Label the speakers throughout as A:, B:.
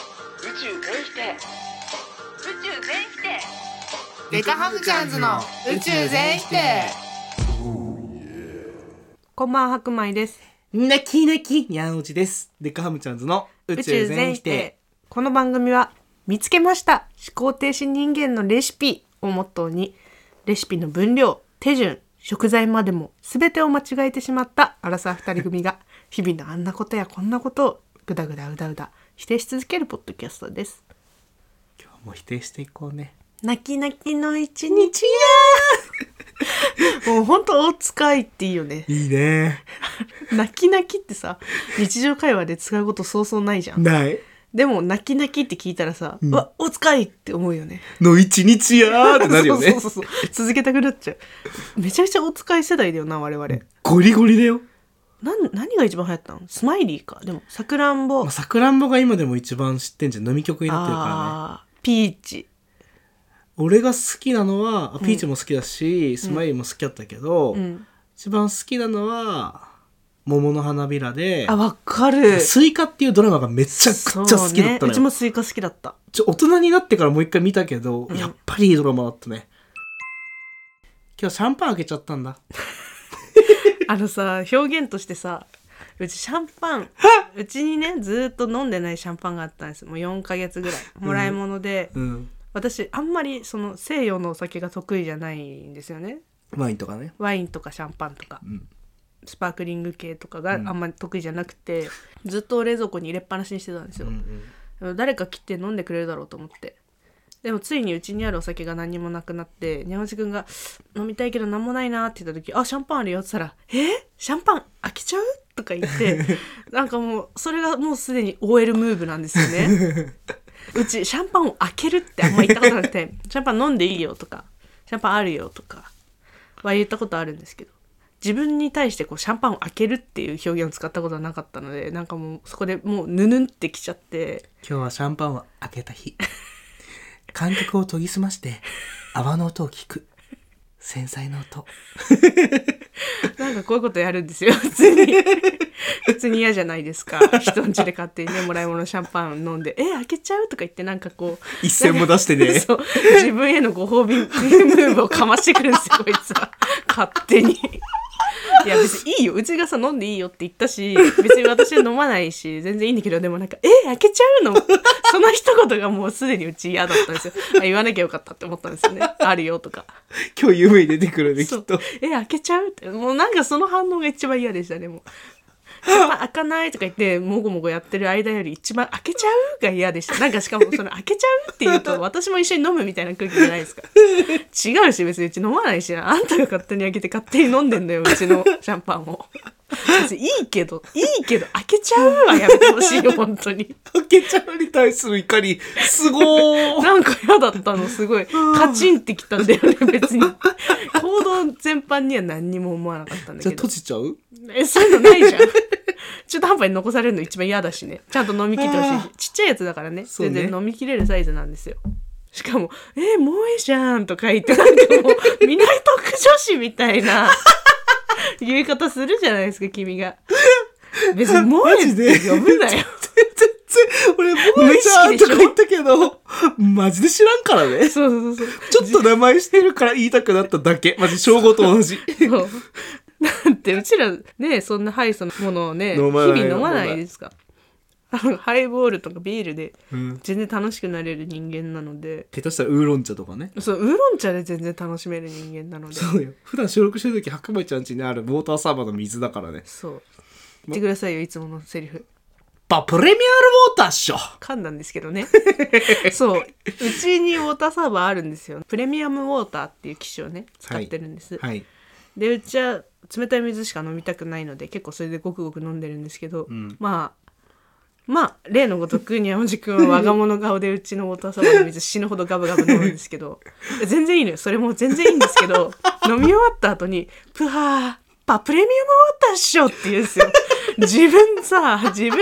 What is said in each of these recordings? A: 宙全否定宇宙全否定
B: デカハムチャンズの宇宙全否定
C: こんばんは白米です
D: なきなきにゃんおちです。デカハムチャンズの宇宙全否定。
C: この番組は見つけました思考停止人間のレシピをモットーにレシピの分量手順食材までも全てを間違えてしまったアラサー2人組が日々のあんなことやこんなことをぐだぐだうだうだ否定し続けるポッドキャストです
D: 今日も否定していこうね。
C: 泣き泣きの一日やもうほんと大使いっていいよね
D: いいね。
C: 泣き泣きってさ日常会話で使うことそうそうないじゃん
D: ない。
C: でも泣き泣きって聞いたらさ、う
D: うん
C: わお使いって思うよね
D: の一日やーってなるよね。
C: そうそうそうそう続けたくなっちゃうめちゃくちゃお使い世代だよな我々
D: ゴリゴリだよ。
C: なん何が一番流行ったのスマイリーかでもさくらんぼ
D: まあ、さくらんぼが今でも一番知ってんじゃん。飲み曲になってるからね。
C: あーピーチ
D: 俺が好きなのは、あピーチも好きだし、スマイルも好きだったけど、
C: うん
D: 一番好きなのは、桃の花びらで
C: あ、わかる
D: スイカっていうドラマがめちゃくちゃ好きだった
C: そうねう
D: の
C: ち
D: よ。
C: もスイカ好きだった
D: ちょ大人になってからもう一回見たけど、
C: ん
D: やっぱりいいドラマだったね今日シャンパン開けちゃったんだ
C: あのさ表現としてさうちシャンパンうちにねずーっと飲んでないシャンパンがあったんですもう4ヶ月ぐらいもらい物で、
D: うん
C: 私あんまりその西洋のお酒が得意じゃないんですよね
D: ワインとかね
C: ワインとかシャンパンとか、
D: ん
C: スパークリング系とかがあんまり得意じゃなくて、ずっと冷蔵庫に入れっぱなしにしてたんですよ、でも誰か来て飲んでくれるだろうと思ってでもついにうちにあるお酒が何もなくなってにゃおじくんが「飲みたいけど何もないな」って言った時「あシャンパンあるよ」って言ったら「えシャンパン開けちゃう?」とか言ってなんかもうそれがもうすでに OL ムーブなんですよねうちシャンパンを開けるってあんま言ったことなくて 「シャンパン飲んでいいよ」とか「シャンパンあるよ」とかは言ったことあるんですけど自分に対してこうシャンパンを開けるっていう表現を使ったことはなかったのでなんかもうそこでもうぬぬんってきちゃって
D: 今日はシャンパンを開けた 日感覚を研ぎ澄まして泡の音を聞く繊細な音
C: なんかこういうことやるんですよ 普通に普通に嫌じゃないですか人ん家で買ってねもらい物のシャンパン飲んで「え開けちゃう?」とか言ってなんかこう
D: 一銭も出して ね
C: そう自分へのご褒美ムーブをかましてくるんですよこい つは勝手に。いや別にいいようちがさ飲んでいいよって言ったし別に私は飲まないし全然いいんだけどでもなんか「え開けちゃうの?」その一言がもうすでにうち嫌だったんですよあ言わなきゃよかったって思ったんですよね「あるよ」とか
D: 今日夢に出てくるねき
C: そ
D: っ
C: う
D: と
C: え開けちゃうってもうなんかその反応が一番嫌でしたねもうシャンパン開かないとか言ってもごもごやってる間より一番開けちゃうが嫌でしたなんかしかもその開けちゃうってい うと私も一緒に飲むみたいな空気じゃないですか違うし別にうち飲まないしあんたが勝手に開けて勝手に飲んでんだようちのシャンパンを別にいいけどいいけど開けちゃうはやめてほしいよ本当に
D: 開けちゃうに対する怒りすごー
C: なんか嫌だったのすごいカチンってきたんだよね別に行動全般には何にも思わなかったん だ
D: じゃ
C: け
D: あ
C: ど
D: 閉じちゃう
C: え、そういうのないじゃん。 中途半端に残されるの一番嫌だしね。ちゃんと飲み切ってほしい
D: あ
C: し。ちっちゃいやつだからね。
D: そう
C: 全
D: ね
C: 然飲み切れるサイズなんですよ。しかも、えもうええじゃんとか言って、なんかもう、港区女子みたい な言い方するじゃないですか、君が。別に、もうええって呼ぶな よ。
D: 全然俺もうちゃんとか言ったけ どマジで知らんからね
C: そうそうそうそう。
D: ちょっと名前してるから言いたくなっただけ。マジ、称号と同 じ。
C: そう。なんて、うちらね、そんなハイソのものをね、日
D: 飲まない
C: 々飲まないですか。あのハイボールとかビールで
D: うん。
C: 全然楽しくなれる人間なので、
D: 下手したらウーロン茶とかね。
C: そうウーロン茶で全然楽しめる人間なので
D: そうよ。普段収録してるとき、白米ちゃん家にあるウォーターサーバーの水だからね。
C: そう言ってくださいよいつものセリフ
D: パプレミアルウォーターっしょ
C: 噛んだんですけ どねそううちにウォーターサーバーあるんですよプレミアムウォーターっていう機種をね使ってるんです、
D: はい。
C: でうちは冷たい水しか飲みたくないので結構それでごくごく飲んでるんですけど、
D: ん
C: まあまあ例のごとくにゃおじくんは我が物顔でうちのウォーターサーバーの水死ぬほどガブガブ飲むんですけど全然いいのよそれも全然いいんですけど飲み終わった後に「プハーパプレミアムウォーターっしょ」って言うんですよ。自分さ自分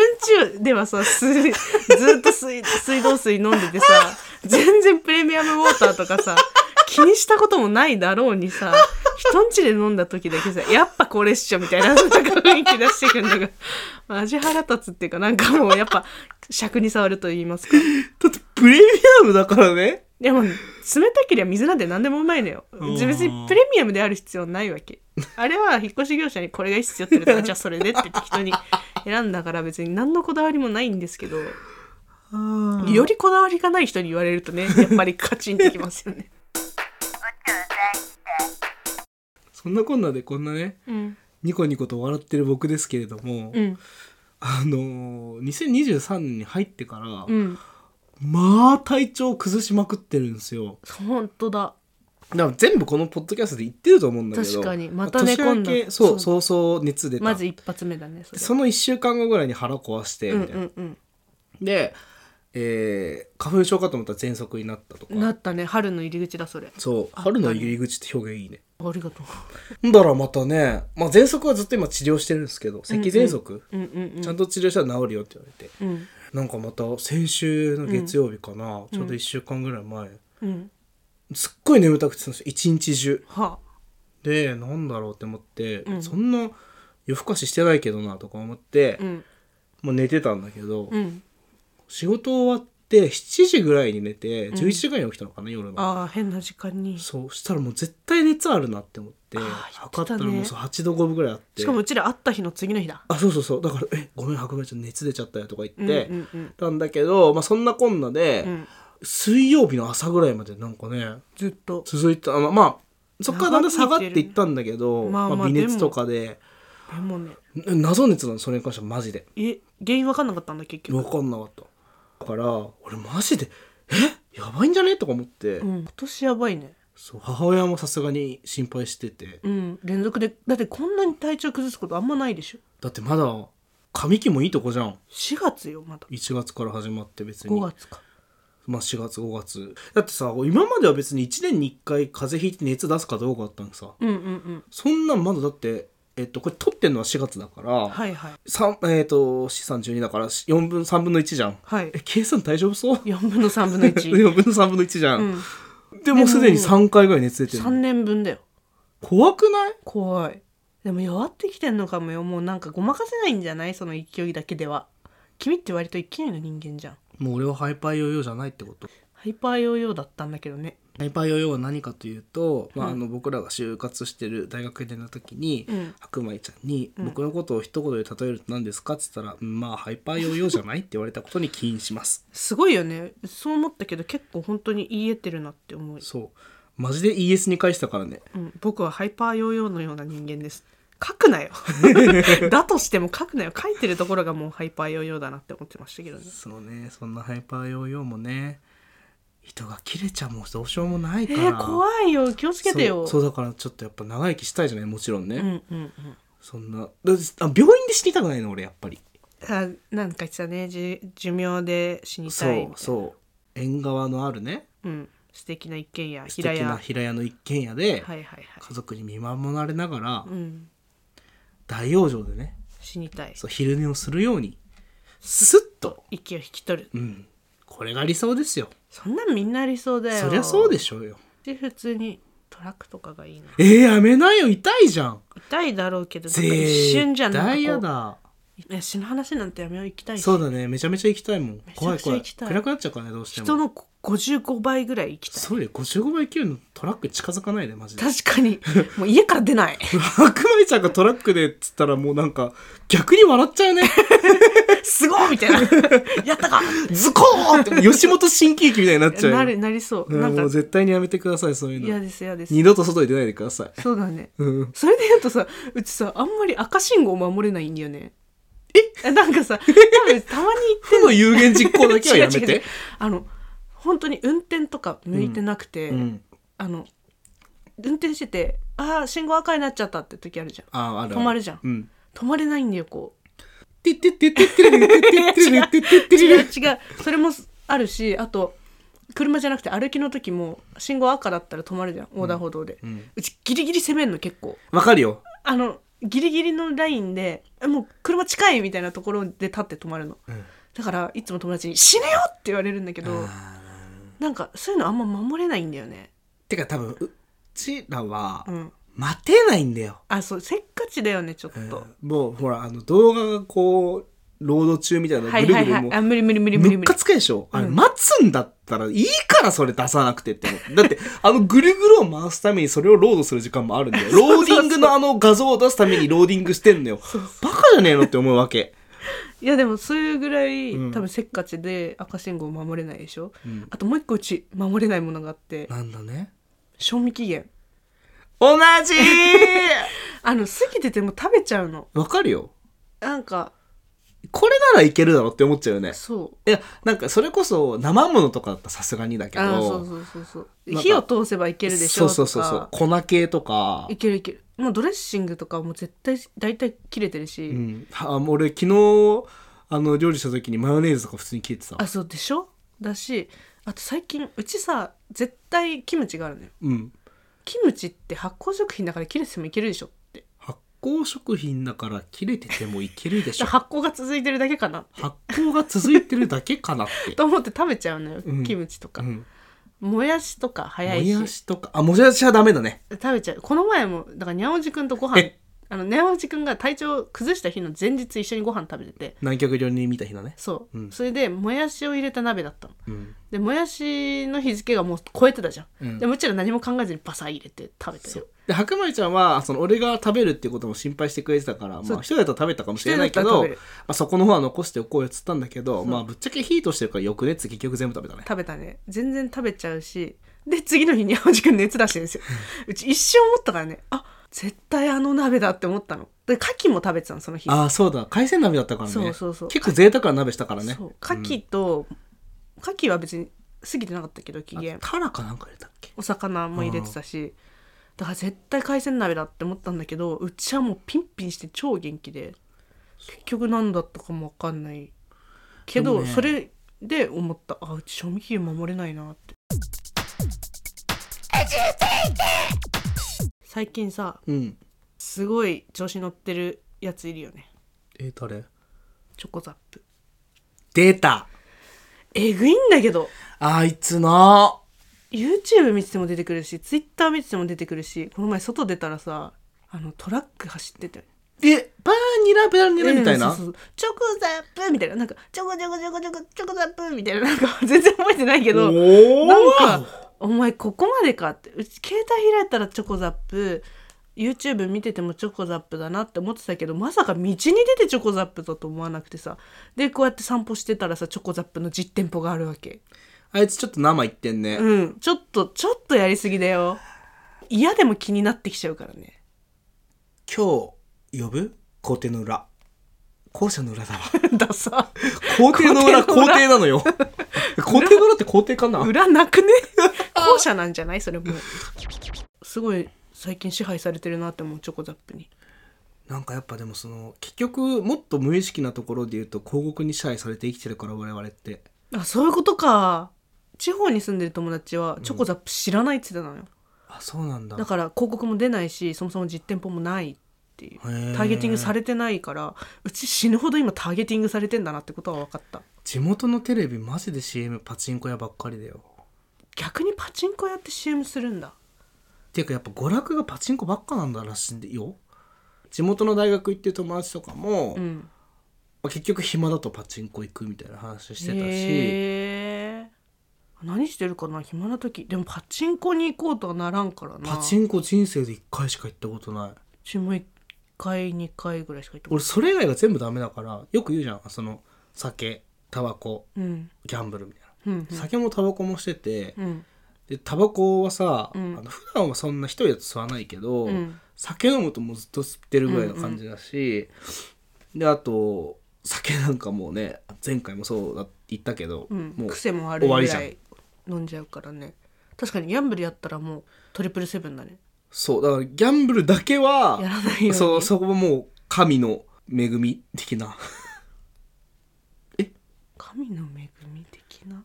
C: 中ではさ水ずっと水水道水飲んでてさ 全然プレミアムウォーターとかさ気にしたこともないだろうにさ人んちで飲んだ時だけさやっぱこれっしょみたいななんか雰囲気出してくるのが味腹立つっていうかなんかもうやっぱ尺に触ると言いますか
D: だってプレミアムだからね。
C: でも冷たけりゃ水なんて何でもうまいのよ
D: うん
C: 別にプレミアムである必要ないわけあれは引っ越し業者にこれがいいっすよって言 ったらじゃあそれでって適当に選んだから別に何のこだわりもないんですけどよりこだわりがない人に言われるとねやっぱりカチンってきますよね
D: そんなこんなでこんなね、
C: うん
D: ニコニコと笑ってる僕ですけれども、
C: うん
D: あのー、2023年に入ってから、
C: うん
D: まあ体調崩しまくってるんですよ。
C: 本当だ
D: だから全部このポッドキャストで言ってると思うんだけど。
C: 確かにまた寝込んだ
D: 年明けそう、そうそう熱出た。
C: まず一発目だねそれ
D: その1週間後ぐらいに腹壊して、
C: うん
D: みたいな。
C: うんうん
D: で、えー花粉症かと思ったら喘息になったとか。
C: なったね春の入り口だそれ
D: そう、春の入り口って表現いいね。
C: ありがと
D: んだらまたね、まあ、喘息はずっと今治療してるんですけど、咳喘息、
C: ううんうん
D: ちゃんと治療したら治るよって言われて、
C: うんうん
D: なんかまた先週の月曜日かな、ちょうど1週間ぐらい前、
C: うん
D: すっごい眠たくてたんですよ、一日中。
C: は
D: で、なんだろうって思って、
C: ん
D: そんな夜更かししてないけどなとか思って、
C: あうん
D: もう寝てたんだけど、
C: うん
D: 仕事終わって7時ぐらいに寝て、11時ぐらいに起きたのかな、夜の。
C: ああ変な時間に
D: そうしたらもう絶対熱あるなって思って
C: あー
D: 測ったら
C: 言ってたね
D: もうそう8度5分ぐらいあって
C: しかもうちら会った日の次の日だ
D: あそうそうそうだから「えごめん白米ちゃん熱出ちゃったよ」とか言って、
C: うんうんうん
D: たんだけど、まあ、そんなこんなで、
C: うん
D: 水曜日の朝ぐらいまでなんかね
C: ずっと
D: 続いてたあのまあそっからだんだん下がっていったんだけど、
C: 長引いてるねま
D: ま
C: あ
D: あ
C: まあ
D: 微熱とかで
C: でもね
D: ん謎熱なのそれに関してはマジで
C: え原因わかんなかったんだ結
D: 分
C: 局
D: かんなかっただから俺マジで「えやばいんじゃね?」とか思って、
C: うん今年やばいね
D: そう母親もさすがに心配してて、
C: うん連続でだってこんなに体調崩すことあんまないでしょ
D: だってまだ上期もいいとこじゃん
C: 4月よまだ
D: 1月から始まって別に
C: 5月か
D: まあ4月5月だってさ今までは別に1年に1回風邪ひいて熱出すかどうかだったのにさ
C: うんうんうん
D: そんなんまだだってえっとこれ撮ってんのは4月だから、
C: はいはい
D: 三えっと資産12だから4分3分の1じゃん
C: はい
D: え計算大丈夫そう
C: 4分の3分の 1
D: 4分の3分の1じゃん、
C: うん
D: でもうすでに3回ぐらい熱出て
C: 3
D: るの
C: 年分だよ
D: 怖くない
C: 怖いでも弱ってきてんのかもよもうなんかごまかせないんじゃないその勢いだけでは君って割と勢いの人間じゃん
D: もう俺はハイパーヨーヨーじゃないってこと
C: ハイパーヨーヨーだったんだけどね
D: ハイパーヨーヨーは何かというと、まあ、あの僕らが就活してる大学での時に、
C: うん
D: 白米ちゃんに「僕のことを一言で例えると何ですか?」っつったら「うんまあハイパーヨーヨーじゃない?」って言われたことに起因します。
C: すごいよねそう思ったけど結構本当に言い得てるなって思う、
D: そうマジで ES に返したからね
C: うん、僕はハイパーヨーヨーのような人間です書 くなよだとしても書くなよ書いてるところがもうハイパーヨーヨーだなって思ってましたけどね
D: そうねそんなハイパーヨーヨーもね人が切れちゃうもうどうしようもない
C: え
D: から、
C: ー、怖いよ気をつけてよ
D: そうそうだからちょっとやっぱ長生きしたいじゃないもちろんね、
C: うんうんうん
D: そんなだあ病院で死にたくないの俺やっぱり
C: あなんか言ってたねじ寿命で死に
D: そ
C: たいみたいうな
D: そう縁側のあるね
C: うん、素敵な一軒家
D: 素
C: 平
D: 敵
C: 屋
D: な平屋の一軒家で
C: はいはいはい、
D: 家族に見守られながら
C: うん、
D: 大養生でね
C: 死にたい
D: そう昼寝をするようにスッと、
C: 息を引き取る
D: うん、これが理想ですよ
C: そんなんみんな理想だよ
D: そりゃそう
C: で
D: でしょうよ
C: 普通にトラックとかがいいな
D: えー、やめないよ痛いじゃん
C: 痛いだろうけどなんか一
D: 絶
C: 瞬じゃんなんかこ
D: 対
C: う
D: 嫌だ
C: いや死の話なんてやめよう行きたいし
D: そうだねめちゃめちゃ行きたいもん
C: ちゃくちゃ
D: 怖い怖い
C: 行きたい
D: 暗くなっちゃうからねどうして
C: 人
D: も
C: の55倍ぐらい行きたい
D: そうだよ55倍級のトラック近づかないでマジで
C: 確か にもう家から出ない
D: 白米ちゃんがトラックでっつったらもうなんか逆に笑っちゃうね
C: すごいみたい なやったか
D: ズコーンって吉本新喜劇みたいになっちゃうよ
C: なるなりそう
D: うん
C: なん
D: も
C: か
D: う絶対にやめてくださいそういうの
C: 嫌です嫌です
D: 二度と外に出ないでください。
C: そうだね
D: うん。
C: それで言うとさうちさあんまり赤信号守れないんだよねえなん かさ多分たまに
D: 負の有言実行だけはやめ
C: 違う違う違
D: て
C: う。あの本当に運転とか向いてなくて、
D: うん。
C: あの運転してて「ああ信号赤になっちゃった」って時あるじゃん
D: あ、あるある。
C: 止まるじゃん
D: うん。
C: 止まれないんだよこう
D: てってってってってれってってってれって ってってれ
C: 違う違うそれもあるしあと車じゃなくて歩きの時も信号赤だったら止まるじゃん横断歩道で、う
D: うん
C: ちギリギリ攻めるの結構
D: わかるよ。
C: あのギリギリのラインでえもう車近いみたいなところで立って止まるの、
D: ん
C: だからいつも友達に「死ねよ!」って言われるんだけどなんかそういうのあんま守れないんだよね
D: てか多分、うちらは
C: う、ん
D: 守待てないんだよ。
C: あそうせっかちだよねちょっと、
D: もうほら、あの動画がこう、ロード中みたいなぐ
C: はい
D: るぐ
C: はい
D: る
C: は
D: も
C: いうあ無理無理無理無理
D: むっ
C: 無
D: か
C: 理
D: つくでしょあれ、
C: うん
D: 待つんだったらいいからそれ出さなくてって思うだって、あのぐるぐるを回すためにそれをロードする時間もあるん だよ。ローディングのあの画像を出すためにローディングしてんのよ。バカじゃねえのって思うわけ。
C: いやでもそういうぐらい、
D: うん
C: 多分せっかちで赤信号を守れないでしょ、あともう一個うち守れないものがあって
D: なんだね。
C: 賞味期限
D: 同じ
C: あの過ぎてても食べちゃうの
D: わかるよ。
C: なんか
D: これならいけるだろって思っちゃうよね。
C: そう
D: いや、なんかそれこそ生ものとかだったらさすがにだけど。
C: あそうそうそうそう
D: なんか
C: 火を通せばいけるでしょとか
D: そうそうそうそう。粉系とか
C: い。けるいけるもうドレッシングとかもう絶対大体切れてるし、
D: うん。あ、もう俺昨日、あの、料理した時にマヨネーズとか普通に切れてたわ
C: あそうでしょだしあと最近うちさ絶対キムチがあるのよ
D: うん。
C: キムチって発酵食品だから切れてもいけるでしょって
D: 発酵食品だから切れててもいける でしょ。
C: 発酵が続いてるだけかな
D: 発酵が続いてるだけかなって。
C: と思って食べちゃうのよ、
D: うん
C: キムチとか、
D: うん。
C: もやしとか
D: も
C: 早いし
D: やしとか。あ、もやしはダメだね。
C: 食べちゃうこの前もだからにゃおじくんとご飯
D: え
C: あのにゃおじくんが体調崩した日の前日一緒にご飯食べてて
D: 南極料理人見た日だね。
C: そう、
D: うん
C: それでもやしを入れた鍋だったの
D: うん。
C: でもやしの日付がもう超えてたじゃん、
D: うん
C: でもうちら何も考えずにバサ入れて食べたよ
D: で白米ちゃんはその俺が食べるっていうことも心配してくれてたから、まあ、一人だったら食べたかもしれないけ
C: 一人だったら
D: ど、
C: 食べ
D: ま
C: る
D: あ、そこの方は残しておこうよっつったんだけど、まあ、ぶっちゃけ火通してるから翌熱結局全部食べた ね
C: 食べたね全然食べちゃうしで次の日に青じくん熱出してる んですようち一瞬思ったからねあ絶対あの鍋だって思ったので牡蠣も食べてたのその日
D: ああそうだ海鮮鍋だったからね
C: そうそうそう
D: 結構贅沢な鍋したからね
C: そう牡蠣と、牡蠣は別に過ぎてなかったけど期
D: あ
C: 限
D: タラかなんか入れたっけ
C: お魚も入れてたしだから絶対海鮮鍋だって思ったんだけどうちはもうピンピンして超元気で結局何だったかも分かんないけ
D: で
C: ど、
D: もね
C: それで思ったあうち賞味期限守れないなって最近さ
D: うん
C: すごい調子乗ってるやついるよね
D: えー、誰
C: チョコザップ
D: 出た
C: えぐいんだけど
D: あいつの
C: YouTube 見てても出てくるし Twitter 見てても出てくるしこの前外出たらさあのトラック走ってて
D: えバーニラベラニラみたいな、
C: うんそうそうそうチョコザップみたいななんかチョコチョコチョコチョコチョコザップみたいななんか全然覚えてないけど
D: お
C: なんかお前ここまでかってうち携帯開いたらチョコザップ YouTube 見ててもチョコザップだなって思ってたけどまさか道に出てチョコザップだと思わなくてさでこうやって散歩してたらさチョコザップの実店舗があるわけ
D: あいつちょっと生いってんね、
C: うんちょっとちょっとやりすぎだよ嫌でも気になってきちゃうからね
D: 今日呼ぶ校庭の裏校舎の裏だ わ
C: ださ
D: 校庭の裏
C: 校
D: 校
C: 庭
D: 庭な
C: の裏
D: の よ校庭の裏って校庭かな
C: 裏なくね後者なんじゃないそれもうすごい最近支配されてるなって思うチョコザップに
D: なんかやっぱでもその結局もっと無意識なところで言うと広告に支配されて生きてるから我々って
C: あそういうことか地方に住んでる友達はチョコザップ知らないって言ってたのよ、
D: あそうなんだ
C: だから広告も出ないしそもそも実店舗もないっていうタ
D: へえ
C: ーゲティングされてないからうち死ぬほど今ターゲティングされてんだなってことは分かった
D: 地元のテレビマジで CM パチンコ屋ばっかりだよ
C: 逆にパチンコやって CM するんだ
D: っていうかやっぱ娯楽がパチンコばっかなんだらしいよ地元の大学行ってる友達とかも、
C: う
D: ま
C: ん
D: あ結局暇だとパチンコ行くみたいな話してたし
C: へえ何してるかな暇な時でもパチンコに行こうとはならんからな
D: パチンコ人生で1回しか行ったことないう
C: ちも1回2回ぐらいしか行ったこ
D: 俺それ以外が全部ダメだからよく言うじゃんその酒タバコ
C: とうん
D: ギャンブルみたいな、
C: うん
D: 酒もタバコもしてて、
C: うん
D: でタバコはさ、
C: ん
D: あの普段はそんな一人だと吸わないけど、
C: うん
D: 酒飲むともうずっと吸ってるぐらいの感じだし、であと酒なんかもうね前回もそうだって言ったけど、
C: うん
D: もう
C: 癖も悪い
D: 終わ
C: ぐ
D: りじゃ
C: ら
D: ん
C: い飲んじゃうからね確かにギャンブルやったらもうトリプルセブンだね
D: そうだからギャンブルだけは
C: やらないように
D: そうそこももう神の恵み的な
C: 神の恵み的な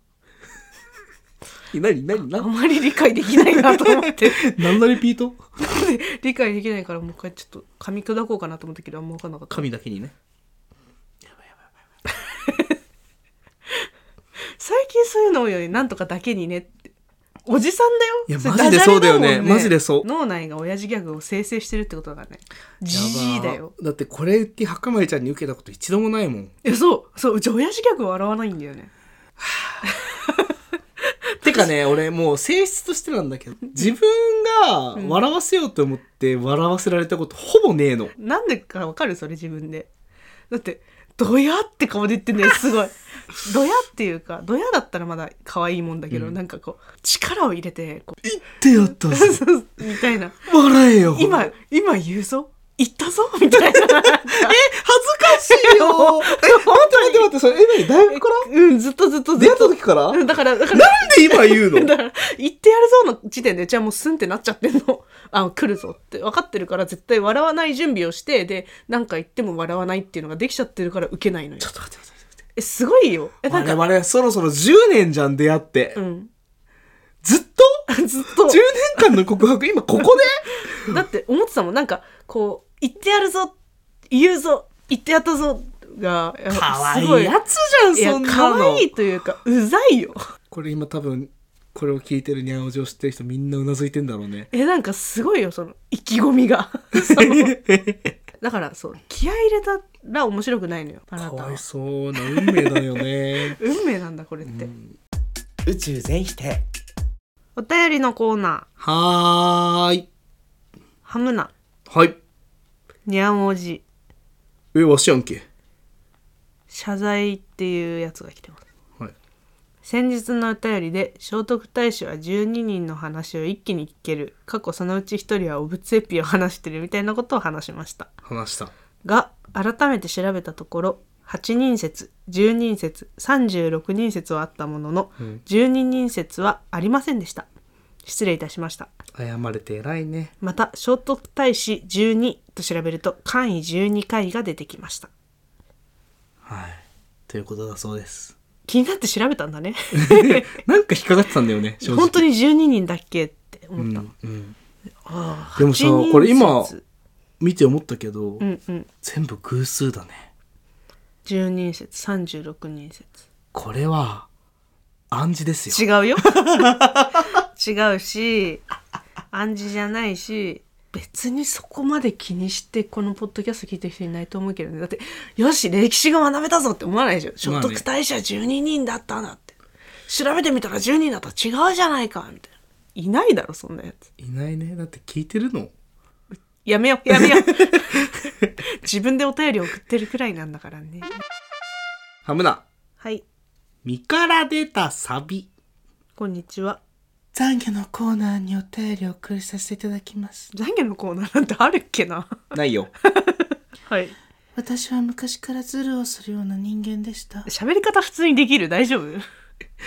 D: 何何
C: あ
D: 何
C: まり理解できないなと思って
D: 何のリピート
C: 理解できないからもう一回ちょっと噛み砕こうかなと思ったけどあんま分かんなかった
D: 神だけにね
C: 最近そういうの多いよねなんとかだけにねっておじさんだよ
D: いや
C: それ
D: マジでそうだよね
C: ダジャレもん
D: マジでそう
C: 脳内が親父ギャグを生成してるってことだねじじいだよ
D: だってこれ言って白米ちゃんに受けたこと一度もないもん
C: えそうそううち親父ギャグ笑わないんだよね
D: てかね俺もう性質としてなんだけ ど自分が笑わせようと思って笑わせられたことほぼねえの
C: なんでかわかるそれ自分でだってドヤって顔で言ってんだよ すごいドヤっていうかドヤだったらまだ可愛いもんだけど、
D: うん
C: なんかこう力を入れてこう
D: 言ってやった
C: そうみたいな
D: 笑えよ
C: 今今言うぞ言ったぞみたいな
D: 恥ずかしいよえ待って待って待ってそれえ何大学から
C: うんずっとずっとず
D: 出
C: っ
D: 会った
C: と
D: 時から
C: うんだからだから
D: なんで今言う の
C: だから言ってやるぞの時点でじゃあもうスンってなっちゃってんのあ来るぞって分かってるから絶対笑わない準備をしてで何か言っても笑わないっていうのができちゃってるからウケないのよ
D: ちょっと待って待って待って
C: えすごいよえなんか
D: 我々そろそろ10年じゃん出会って、
C: うん
D: ずっと
C: ずっと
D: 10年間の告白今ここ
C: だって思ってたもんなんかこう言ってやるぞ言うぞ言ってやったぞが
D: で
C: やっ
D: 可
C: ぱ
D: 愛
C: すご
D: いやつじ
C: い
D: ゃん
C: や
D: そんな
C: 可
D: の
C: 愛いというかうざいよ
D: これ今多分これを聞いてるにゃんおじを知ってる人みんなうなずいてんだろう ね
C: えなんかすごいよその意気込み がそのだからそう気合い入れたら面白くないのよあな
D: か
C: た
D: わ
C: はい
D: そうな運命だよね
C: 運命なんだこれって、
D: 宇宙全否定
C: お便りのコーナー
D: はーい
C: ハムナ
D: はい
C: ニャンおじ
D: えわしやんけ
C: 謝罪っていうやつが来てます
D: はい
C: 先日のお便りで聖徳太子は12人の話を一気に聞ける過去そのうち1人はお仏エピを話してるみたいなことを話しました
D: 話した
C: が改めて調べたところ8人説10人説36人説はあったものの、12人説はありませんでした失礼いたしました
D: 謝れて偉いね
C: また聖徳太子12と調べると簡易12回が出てきました
D: はいということだそうです
C: 気になって調べたんだね
D: なんか引っかかってたんだよ ね正直
C: 本当に12人だっけって思った、
D: うんうん
C: ああ
D: でもさ
C: 8人
D: これ今
C: 説
D: 見て思ったけど、
C: うんうん
D: 全部偶数だね
C: 10人説36人説
D: これは暗示ですよ
C: 違うよ違うし暗示じゃないし別にそこまで気にしてこのポッドキャスト聞いてる人いないと思うけどねだってよし歴史が学べたぞって思わないでしょ聖
D: まあね
C: 徳太子は12人だったんだって調べてみたら10人だったら違うじゃないかみたいないないだろそんなやつ
D: いないねだって聞いてるの
C: やめようや めよう自分でお便り送ってるくらいなんだからね
D: ハムナ
C: はい
D: 身から出たサビ
C: こんにちは
D: 懺悔のコーナーにお便りをお送りさせていただきます
C: 懺悔のコーナーなんてあるっけな
D: ないよ
C: はい
E: 私は昔からズルをするような人間でした。
C: 喋り方普通にできる大丈 夫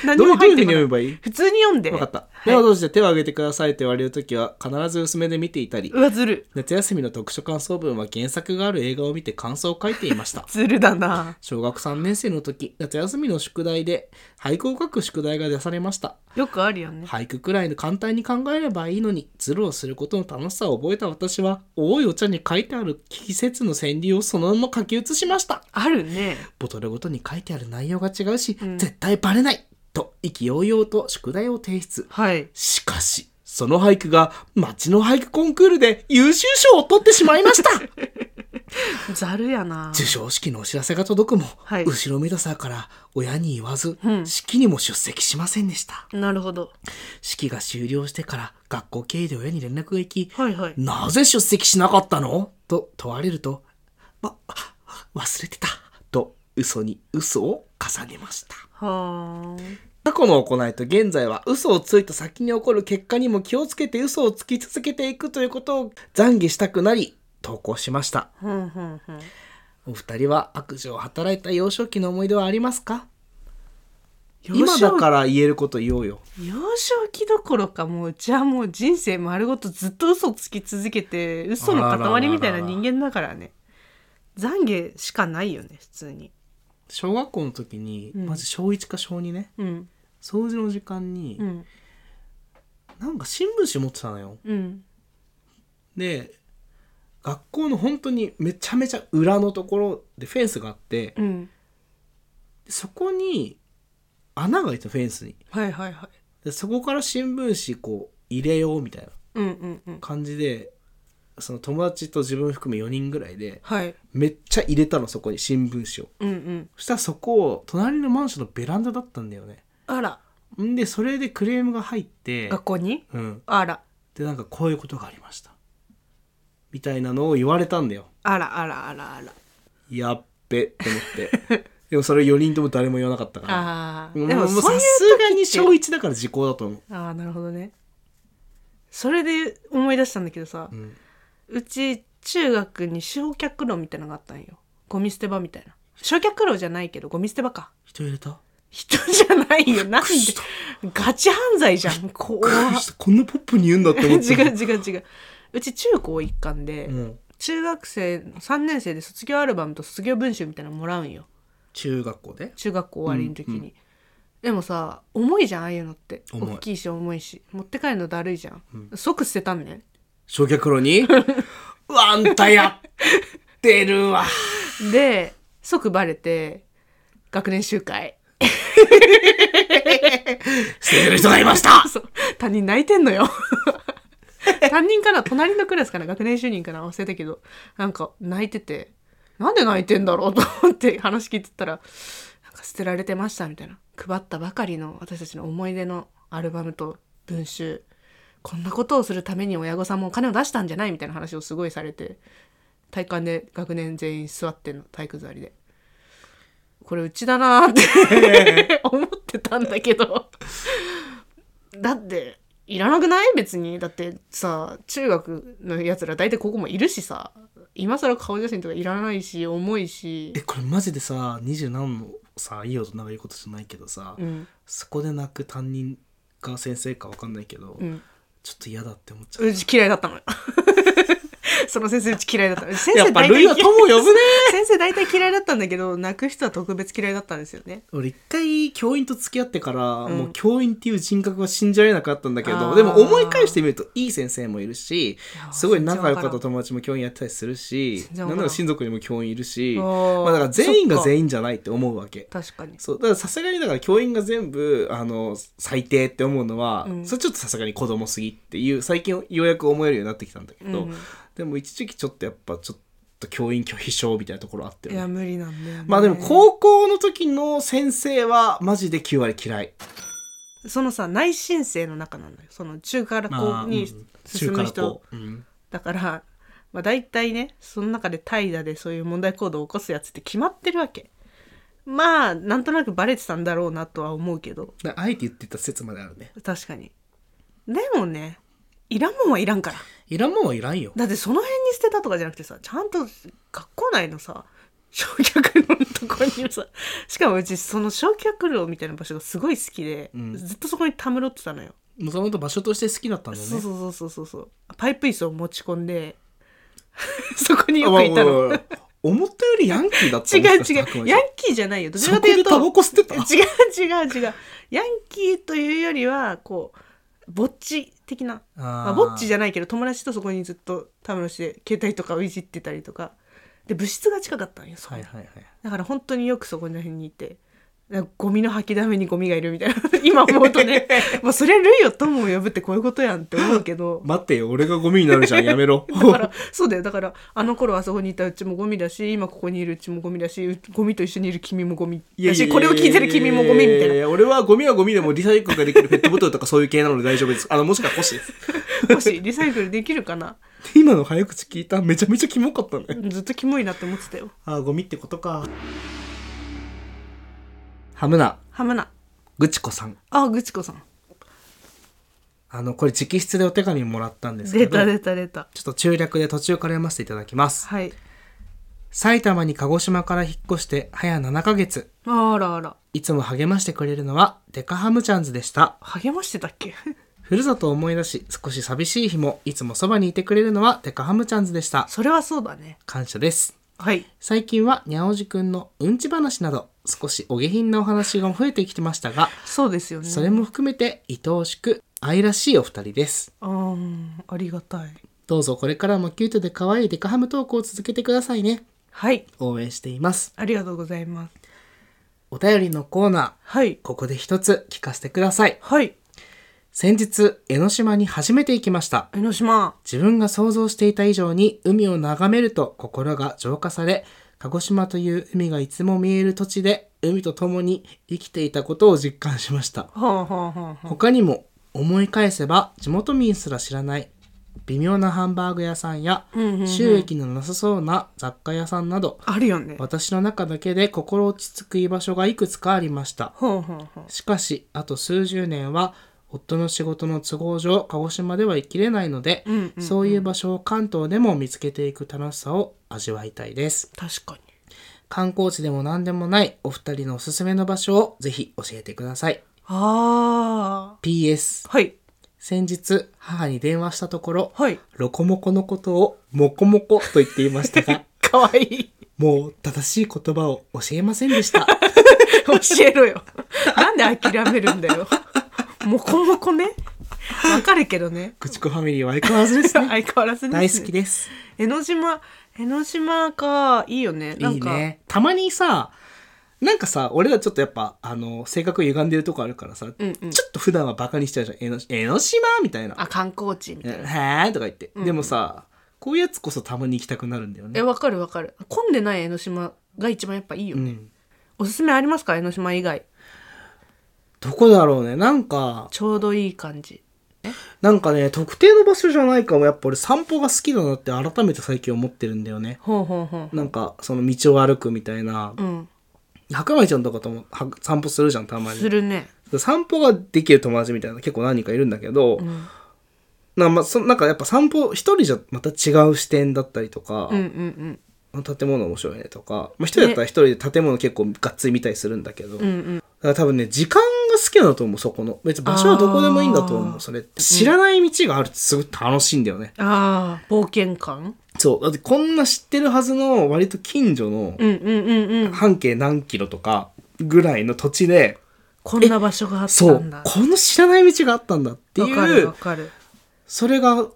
C: 何
D: どうい
C: も
D: うどうい
C: 入
D: う
C: っ
D: ふうに読
C: てこない
D: めばいい
C: 普通に読んで
D: 分かった
C: はい
D: 目を閉じて手を挙げてくださいと言われる時は必ず薄めで見ていたり
C: うわずる
D: 夏休みの読書感想文は原作がある映画を見て感想を書いていました
C: ずるだな
D: 小学3年生の時夏休みの宿題で俳句を書く宿題が出されました
C: よくあるよね
D: 俳句くらいの簡単に考えればいいのにズルをすることの楽しさを覚えた私は多いお茶に書いてある季節の川柳をそのまま書き写しました
C: あるね
D: ボトルごとに書いてある内容が違うし、絶対バレないと意気揚々と宿題を提出
C: はい
D: しかしその俳句が町の俳句コンクールで優秀賞を取ってしまいました
C: ざるやな
D: 授賞式のお知らせが届くも、
C: はい
D: 後ろめたさから親に言わず、
C: うん
D: 式にも出席しませんでした
C: なるほど
D: 式が終了してから学校経由で親に連絡が行き、
C: はいはい
D: なぜ出席しなかったのと問われると、わ、忘れてた。と、嘘に嘘を重ねました。
C: はー
D: 過去の行いと現在は嘘をついた先に起こる結果にも気をつけて嘘をつき続けていくということを懺悔したくなり、投稿しました。
C: ふんふんふん
D: お二人は悪事を働いた幼少期の思い出はありますか
C: 幼
D: 今
C: 少
D: だから言えること言おうよ。
C: 幼少期どころかもううちはもう人生丸ごとずっと嘘つき続けて嘘の塊みたいな人間だからね懺悔しかないよね普通に
D: 小学校の時に、
C: うん
D: まず小1か小2ね、
C: うん
D: 掃除の時間に、
C: うん
D: なんか新聞紙持ってたのよ。
C: うん
D: で学校の本当にめちゃめちゃ裏のところでフェンスがあって、
C: うん
D: そこに穴が開いたフェンスに
C: はいはいはい
D: でそこから新聞紙こう入れようみたいな
C: うんうんうん
D: 感じでその友達と自分含め4人ぐらいで
C: はい
D: めっちゃ入れたのそこに新聞紙を
C: うんうん
D: そしたらそこを隣のマンションのベランダだったんだよね
C: あら
D: んでそれでクレームが入って
C: 学校に
D: うん
C: あら
D: でなんかこういうことがありましたみたいなのを言われたんだよ
C: あらあらあらあら
D: やっべって思って でもそれ4人とも誰も言わなかったから
C: あ
D: も
C: ー
D: う
C: でも
D: もう
C: そうい
D: さ
C: う
D: すがに小1だから時効だと思う
C: ああなるほどねそれで思い出したんだけどさ、うんち中学に焼却炉みたいなのがあったんよゴミ捨て場みたいな焼却炉じゃないけどゴミ捨て場か
D: 人入れた
C: 人じゃないよなんでガチ犯罪じゃん怖っ
D: こんなポップに言うんだって
C: 違
D: 思
C: う
D: って
C: 違う違ううち中高一貫で、
D: うん、
C: 中学生の3年生で卒業アルバムと卒業文集みたいなのもらうんよ
D: 中学校で
C: 中学校終わりの時に、でもさ重いじゃんああいうのって
D: 重い
C: 大きいし重いし持って帰るのだるいじゃん、即捨てたんね
D: 焼却炉に うわあんたやってるわ
C: で即バレて学年集会
D: 捨ててる人がいました
C: そう担任泣いてん のよ担任かな隣のクラスかな学年主任かな忘れたけどなんか泣いててなんで泣いてんだろうと思って話聞いてたらなんか捨てられてましたみたいな配ったばかりの私たちの思い出のアルバムと文集こんなことをするために親御さんもお金を出したんじゃないみたいな話をすごいされて体育館で学年全員座ってんの体育座りでこれうちだなーって 思ってたんだけどだっていらなくない別にだってさ中学のやつら大体ここもいるしさ今更顔写真とかいらないし重いし
D: え、これマジでさ二十何のさいい大人が言うことじゃないけどさ、
C: うん
D: そこで泣く担任か先生かわかんないけど、
C: うん、
D: ちょっと嫌だって思っちゃう
C: うち嫌いだった のよその先生うち嫌いだったの先
D: や
C: 生
D: っぱ
C: 大
D: ルイは
C: 体
D: 友呼ぶね
C: 先生大体嫌いだったんだけど泣く人は特別嫌いだったんですよね
D: 俺一回教員と付き合ってから、
C: ん
D: もう教員っていう人格は信じられなかったんだけ
C: あ
D: ど
C: ー
D: でも思い返してみるといい先生もいるし
C: やー
D: すごい仲良かった友達も教員やってたりするし
C: 全然
D: な
C: わ
D: ん
C: からん
D: なら親族にも教員いるし
C: あー
D: まあ、だから全員
C: そ
D: が
C: っか
D: 全員じゃないって思うわけ。
C: 確かに
D: そうだからさすがにだから教員が全部あの最低って思うのは、
C: ん
D: それちょっとさすがに子供すぎっていう最近ようやく思えるようになってきたんだけど、
C: うん
D: でも一時期ちょっとやっぱちょっと教員拒否症みたいなところあって
C: い
D: る、
C: や無理なんだよ、ね、
D: まあでも高校の時の先生はマジで9割嫌い
C: そのさ内申生の中なんだよその中から
D: まあ
C: 高に
D: うん
C: 進
D: 中か
C: む人、
D: らこううん
C: だから、まあ、大体ねその中で怠惰でそういう問題行動を起こすやつって決まってるわけまあなんとなくバレてたんだろうなとは思うけど
D: だからあえて言ってた説まであるね
C: 確かにでもねいらんもんはいらんから
D: いらんもんはいらんよ
C: だってその辺に捨てたとかじゃなくてさちゃんと学校内のさ焼却炉のとこにさしかもうちその焼却炉みたいな場所がすごい好きで、
D: ん
C: ずっとそこにたむろってたのよ、
D: もともと場所として好きだったんだよね
C: そうそうそうそうそうパイプ椅子を持ち込んで そこによくいたの
D: おいおいおい思ったよりヤンキーだった
C: 違う
D: もしかして
C: 違
D: あくま
C: う
D: で
C: ヤンキーじゃないよどち
D: そ
C: らか
D: こと
C: い
D: で
C: う
D: タバ
C: と
D: コ吸ってた
C: 違う違う違うヤンキーというよりはこうぼっち的な
D: あー
C: まあ、ぼっちじゃないけど友達とそこにずっとたむろして携帯とかをいじってたりとかで部室が近かったんよそこ
D: はいはいはい
C: だから本当によくそこら辺にいてなんかゴミの吐きだめにゴミがいるみたいな 今思うとね まあそりゃルイを友を呼ぶってこういうことやんって思うけ ど
D: 待ってよ俺がゴミになるじゃんやめろ
C: だからそうだよだからあの頃あそこにいたうちもゴミだし今ここにいるうちもゴミだしうゴミと一緒にいる君もゴミだしこれを聞いてる君もゴミみたいな
D: な俺はゴミはゴミでもリサイクルができるペットボトルとかそういう系なので大丈夫ですあのもしくは腰です
C: もしリサイクルできるかな
D: 今の早口聞いためちゃめちゃキモかったね
C: ずっとキモいなって思ってたよ
D: あーゴミってことかハムナ
C: ハムナ
D: ぐちこさん
C: あぐちこさん
D: あのこれ直筆でお手紙もらったんですけ
C: 出
D: ど
C: た
D: ちょ
C: 出た出た
D: っと中略で途中から読ませていただきます
C: はい
D: 埼玉に鹿児島から引っ越して早7ヶ月
C: あらあら
D: いつも励ましてくれるのはデカハムちゃんズでした
C: 励ましてたっけ
D: ふるさとを思い出し少し寂しい日もいつもそばにいてくれるのはデカハムちゃんズでした
C: それはそうだね
D: 感謝です
C: はい
D: 最近はにゃおじくんのうんち話など少しお下品なお話が増えてきてましたが
C: そうですよね
D: それも含めて愛おしく愛らしいお二人です
C: あーありがたい
D: どうぞこれからもキュートで可愛いデカハムトークを続けてくださいね
C: はい
D: 応援しています
C: ありがとうございます
D: お便りのコーナー
C: はい
D: ここで一つ聞かせてください
C: はい
D: 先日、江ノ島に初めて行きました。
C: 江ノ島
D: 自分が想像していた以上に海を眺めると心が浄化され、鹿児島という海がいつも見える土地で、海と共に生きていたことを実感しました。
C: はあはあはあは
D: 他にも思い返せば地元民すら知らない微妙なハンバーグ屋さんや収益のなさそうな雑貨屋さんなど
C: ああるよね
D: 私の中だけで心落ち着く居場所がいくつかありました
C: はあはあは
D: しかしあと数十年は夫の仕事の都合上鹿児島では生きれないので、
C: んうんうん
D: そういう場所を関東でも見つけていく楽しさを味わいたいです
C: あ確かに
D: 観光地でも何でもないお二人のおすすめの場所をぜひ教えてください
C: あ
D: PS
C: あはい
D: 先日母に電話したところ、
C: はい
D: ロコモコのことをモコモコと言っていました が
C: かわいい
D: もう正しい言葉を教えませんでした
C: 教えろよなんで諦めるんだ よもこもこねわかるけどね
D: くちこファミリーは相変わらずです
C: 相
D: ね
C: 変わらずで
D: 大
C: す、
D: 好
C: ね、
D: きです
C: 江ノ島江ノ島かいいよねないん
D: い
C: か
D: ねたまにさなんかさ俺らちょっとやっぱあの性格歪んでるとこあるからさ、
C: うんうん
D: ちょっと普段はバカにしちゃうじゃん江の江の島みたいな「
C: あ観光地みたいな
D: へえ」とか言って、でもさこういうやつこそたまに行きたくなるんだよ
C: え
D: ね
C: わかるわかる混んでない江ノ島が一番やっぱいいよ
D: う
C: ね、
D: ん
C: おすすめありますか江ノ島以外
D: どこだろうねなんか
C: ちょうどいい感じ
D: なんかね、特定の場所じゃないかも、やっぱ俺散歩が好きだなって改めて最近思ってるんだよね。
C: ほうほうほう
D: なんか、その道を歩くみたいな。
C: うん
D: 白米ちゃんとかともは散歩するじゃん、たますに。
C: るね
D: 散歩ができる友達みたいな結構何人かいるんだけど、
C: ん
D: なまあそなんかやっぱ散歩一人じゃまた違う視点だったりとか、
C: うんうん
D: 建物面白いねとか、まあ、一人だったら一人で建物結構がっつり見たりするんだけど、
C: うんうんうん
D: だから多分ね、時間が好きなんだと思う、そこの。別に場所はどこでもいいんだと思う、それって。知らない道があるってすごい楽しいんだよね。
C: ああ冒険感
D: そう。だってこんな知ってるはずの割と近所の
C: うんうんうんうん
D: 半径何キロとかぐらいの土地で、
C: こんな場所があっ
D: そ
C: たん
D: う
C: だ。
D: この知らない道があったんだって
C: わか
D: い
C: る
D: う、
C: わかる
D: それが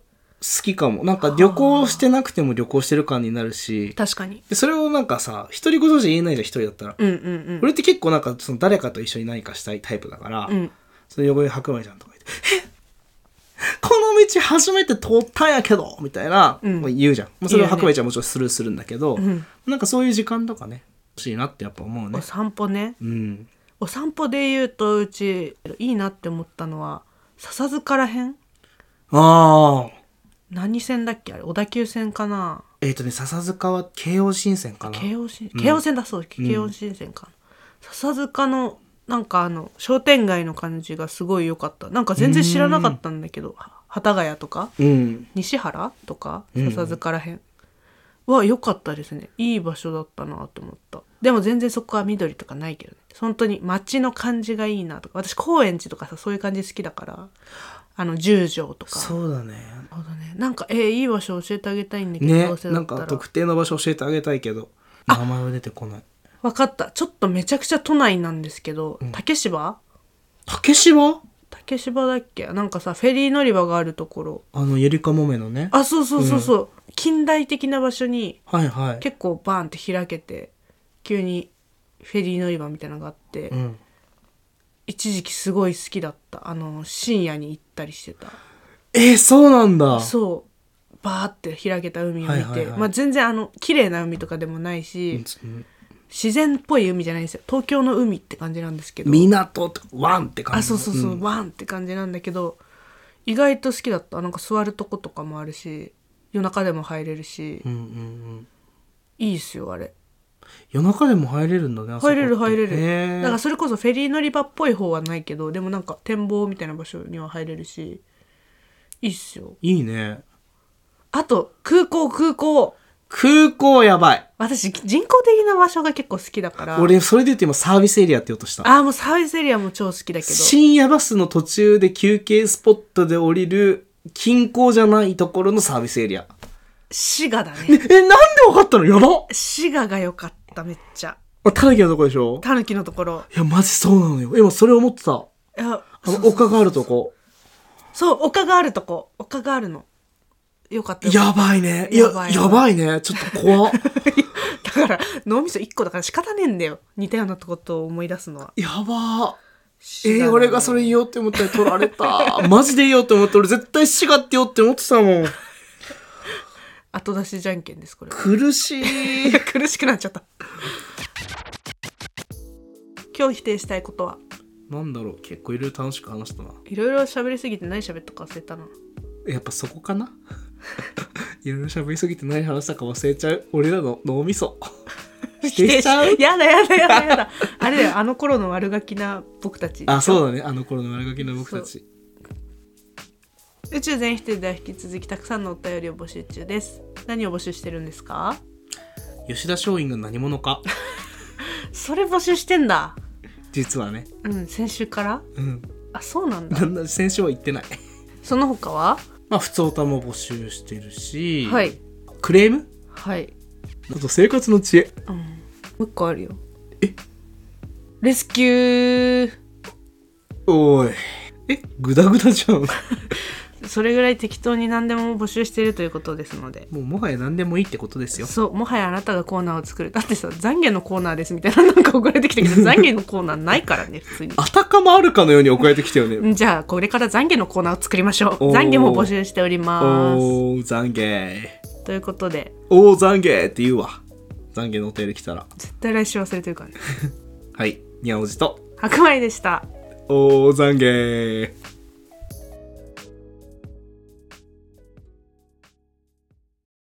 D: 好きかも。なんか旅行してなくても旅行してる感になるし、
C: 確かに
D: でそれをなんかさ、一人ごとじゃ言えないじゃん、一人だったら。
C: うんうん
D: 俺って結構なんかその誰かと一緒に何かしたいタイプだから、
C: うんうん
D: その汚れ白米ちゃんとか言って、 えこの道初めて通ったんやけどみたいな、
C: うん
D: まあ言うじゃん。まあ、それは
C: 言うね
D: 白米ちゃんもちろんスルーするんだけど、
C: ん
D: なんかそういう時間とかね、欲しいなってやっぱ思うね
C: お。散歩ね
D: うん。
C: お散歩で言うとうちいいなって思ったのは笹塚らへん
D: ああ。
C: 何線だっけあれ小田急線かな
D: えっ、とね、笹塚は京王新線かな。
C: 京王新京王線だそう、京王新線か笹塚のなんかあの商店街の感じがすごい良かったなんか全然知らなかったんだけどは幡ヶ谷とか
D: うん。
C: 西原とか笹塚らへんは良かったですねいい場所だったなと思ったでも全然そこは緑とかないけどね本当に街の感じがいいなとか私高円寺とかさそういう感じ好きだからあの十条とか
D: そうだね。
C: そうだねなんかえーいい場所教えてあげたいんだけど、
D: ね
C: どう、せだ
D: な
C: っ
D: ん
C: たら
D: か特定の場所教えてあげたいけど、名前は出てこない。
C: わかったちょっとめちゃくちゃ都内なんですけど、竹芝
D: 竹芝
C: 竹芝だっけなんかさフェリー乗り場があるところ
D: あの、ゆりかもめのね。
C: あそうそうそうそう、近代的な場所に
D: はいはい。
C: 結構バーンって開けて急にフェリー乗り場みたいなのがあって、
D: うん。
C: 一時期すごい好きだったあの深夜に行ったりしてた
D: えーそうなんだ。
C: そうバーって開けた海を見て、
D: はいはいはい
C: まあ、全然あの綺麗な海とかでもないし、
D: うん
C: 自然っぽい海じゃないんですよ東京の海って感じなんですけど
D: 港とかワンって感じ
C: あそうそうそう、ワンって感じなんだけど意外と好きだったなんか座るとことかもあるし夜中でも入れるし、
D: うんうんうん
C: いいっすよあれ
D: 夜中でも入れるんだねあそこっ
C: 入
D: て
C: れる入れ
D: へ
C: る
D: ー
C: だからそれこそフェリー乗り場っぽい方はないけどでもなんか展望みたいな場所には入れるしいいっすよ
D: いいね
C: あと空港空港
D: 空港やばい
C: 私人工的な場所が結構好きだから
D: 俺それで言うと今サービスエリアって言おうとした
C: ああもうサービスエリアも超好きだけど
D: 深夜バスの途中で休憩スポットで降りる近郊じゃないところのサービスエリア
C: 滋賀だね
D: えなんで分かったのやば
C: 滋賀が良かっためっちゃ
D: たぬきのとこでしょ
C: たぬきのところ
D: いやマジそうなのよ今それ思ってた
C: いや
D: あの丘があるとこ
C: そう、丘があるとこ。丘があるの。よかった よ。
D: やばいねいや
C: やばい
D: やばいねちょっと怖 っ
C: だから、脳みそ1個だから仕方ねえんだよ。似たようなことを思い出すのは。
D: やばえー、俺がそれ言おうって思ったら取られた。 マジで言おうって思った。俺絶対滋賀って言おうって思ってたもん。
C: 後出しじゃんけんですこれは
D: 苦しい。
C: いや苦しくなっちゃった今日否定したいことは
D: なんだろう、結構いろいろ楽しく話したな。
C: いろいろ喋りすぎて何喋ったか忘れたな
D: やっぱそこか ないろいろ喋りすぎて何話したか忘れちゃう。俺らの脳みそ。 否定しちゃう
C: やだやだやだやだあれだよあの頃の悪ガキな僕たち
D: あ、そうだね。あの頃の悪ガキの僕たち。
C: 宇宙全否定では引き続きたくさんのお便りを募集中です何を募集してるんですか
D: 吉田松陰が何者か。
C: それ募集してんだ
D: 実はね。
C: うん先週から
D: うん。
C: あそうなんだ
D: なんだ、先週は言ってない。
C: その他は
D: まあ、普通歌も募集してるし、
C: はい
D: クレーム
C: はい
D: あと生活の知恵。
C: もう一個あるよえレスキュー
D: おい。え、グダグダじゃん。
C: それぐらい適当に何でも募集しているということですので
D: もうもはや何でもいいってことですよ。
C: そうもはやあなたがコーナーを作るだってさ懺悔のコーナーですみたいな なんか送られてきた けど懺悔のコーナーないからね普通に
D: あたかもあるかのように送られてきたよね。
C: んじゃあこれから懺悔のコーナーを作りましょう
D: おー
C: 懺悔も募集しております
D: おー、懺悔。
C: ということで
D: おー、懺悔って言うわ。懺悔のお便り来たら。
C: 絶対来週忘れてるからね
D: はい。にゃおじと。
C: 白米でした
D: おー、懺悔。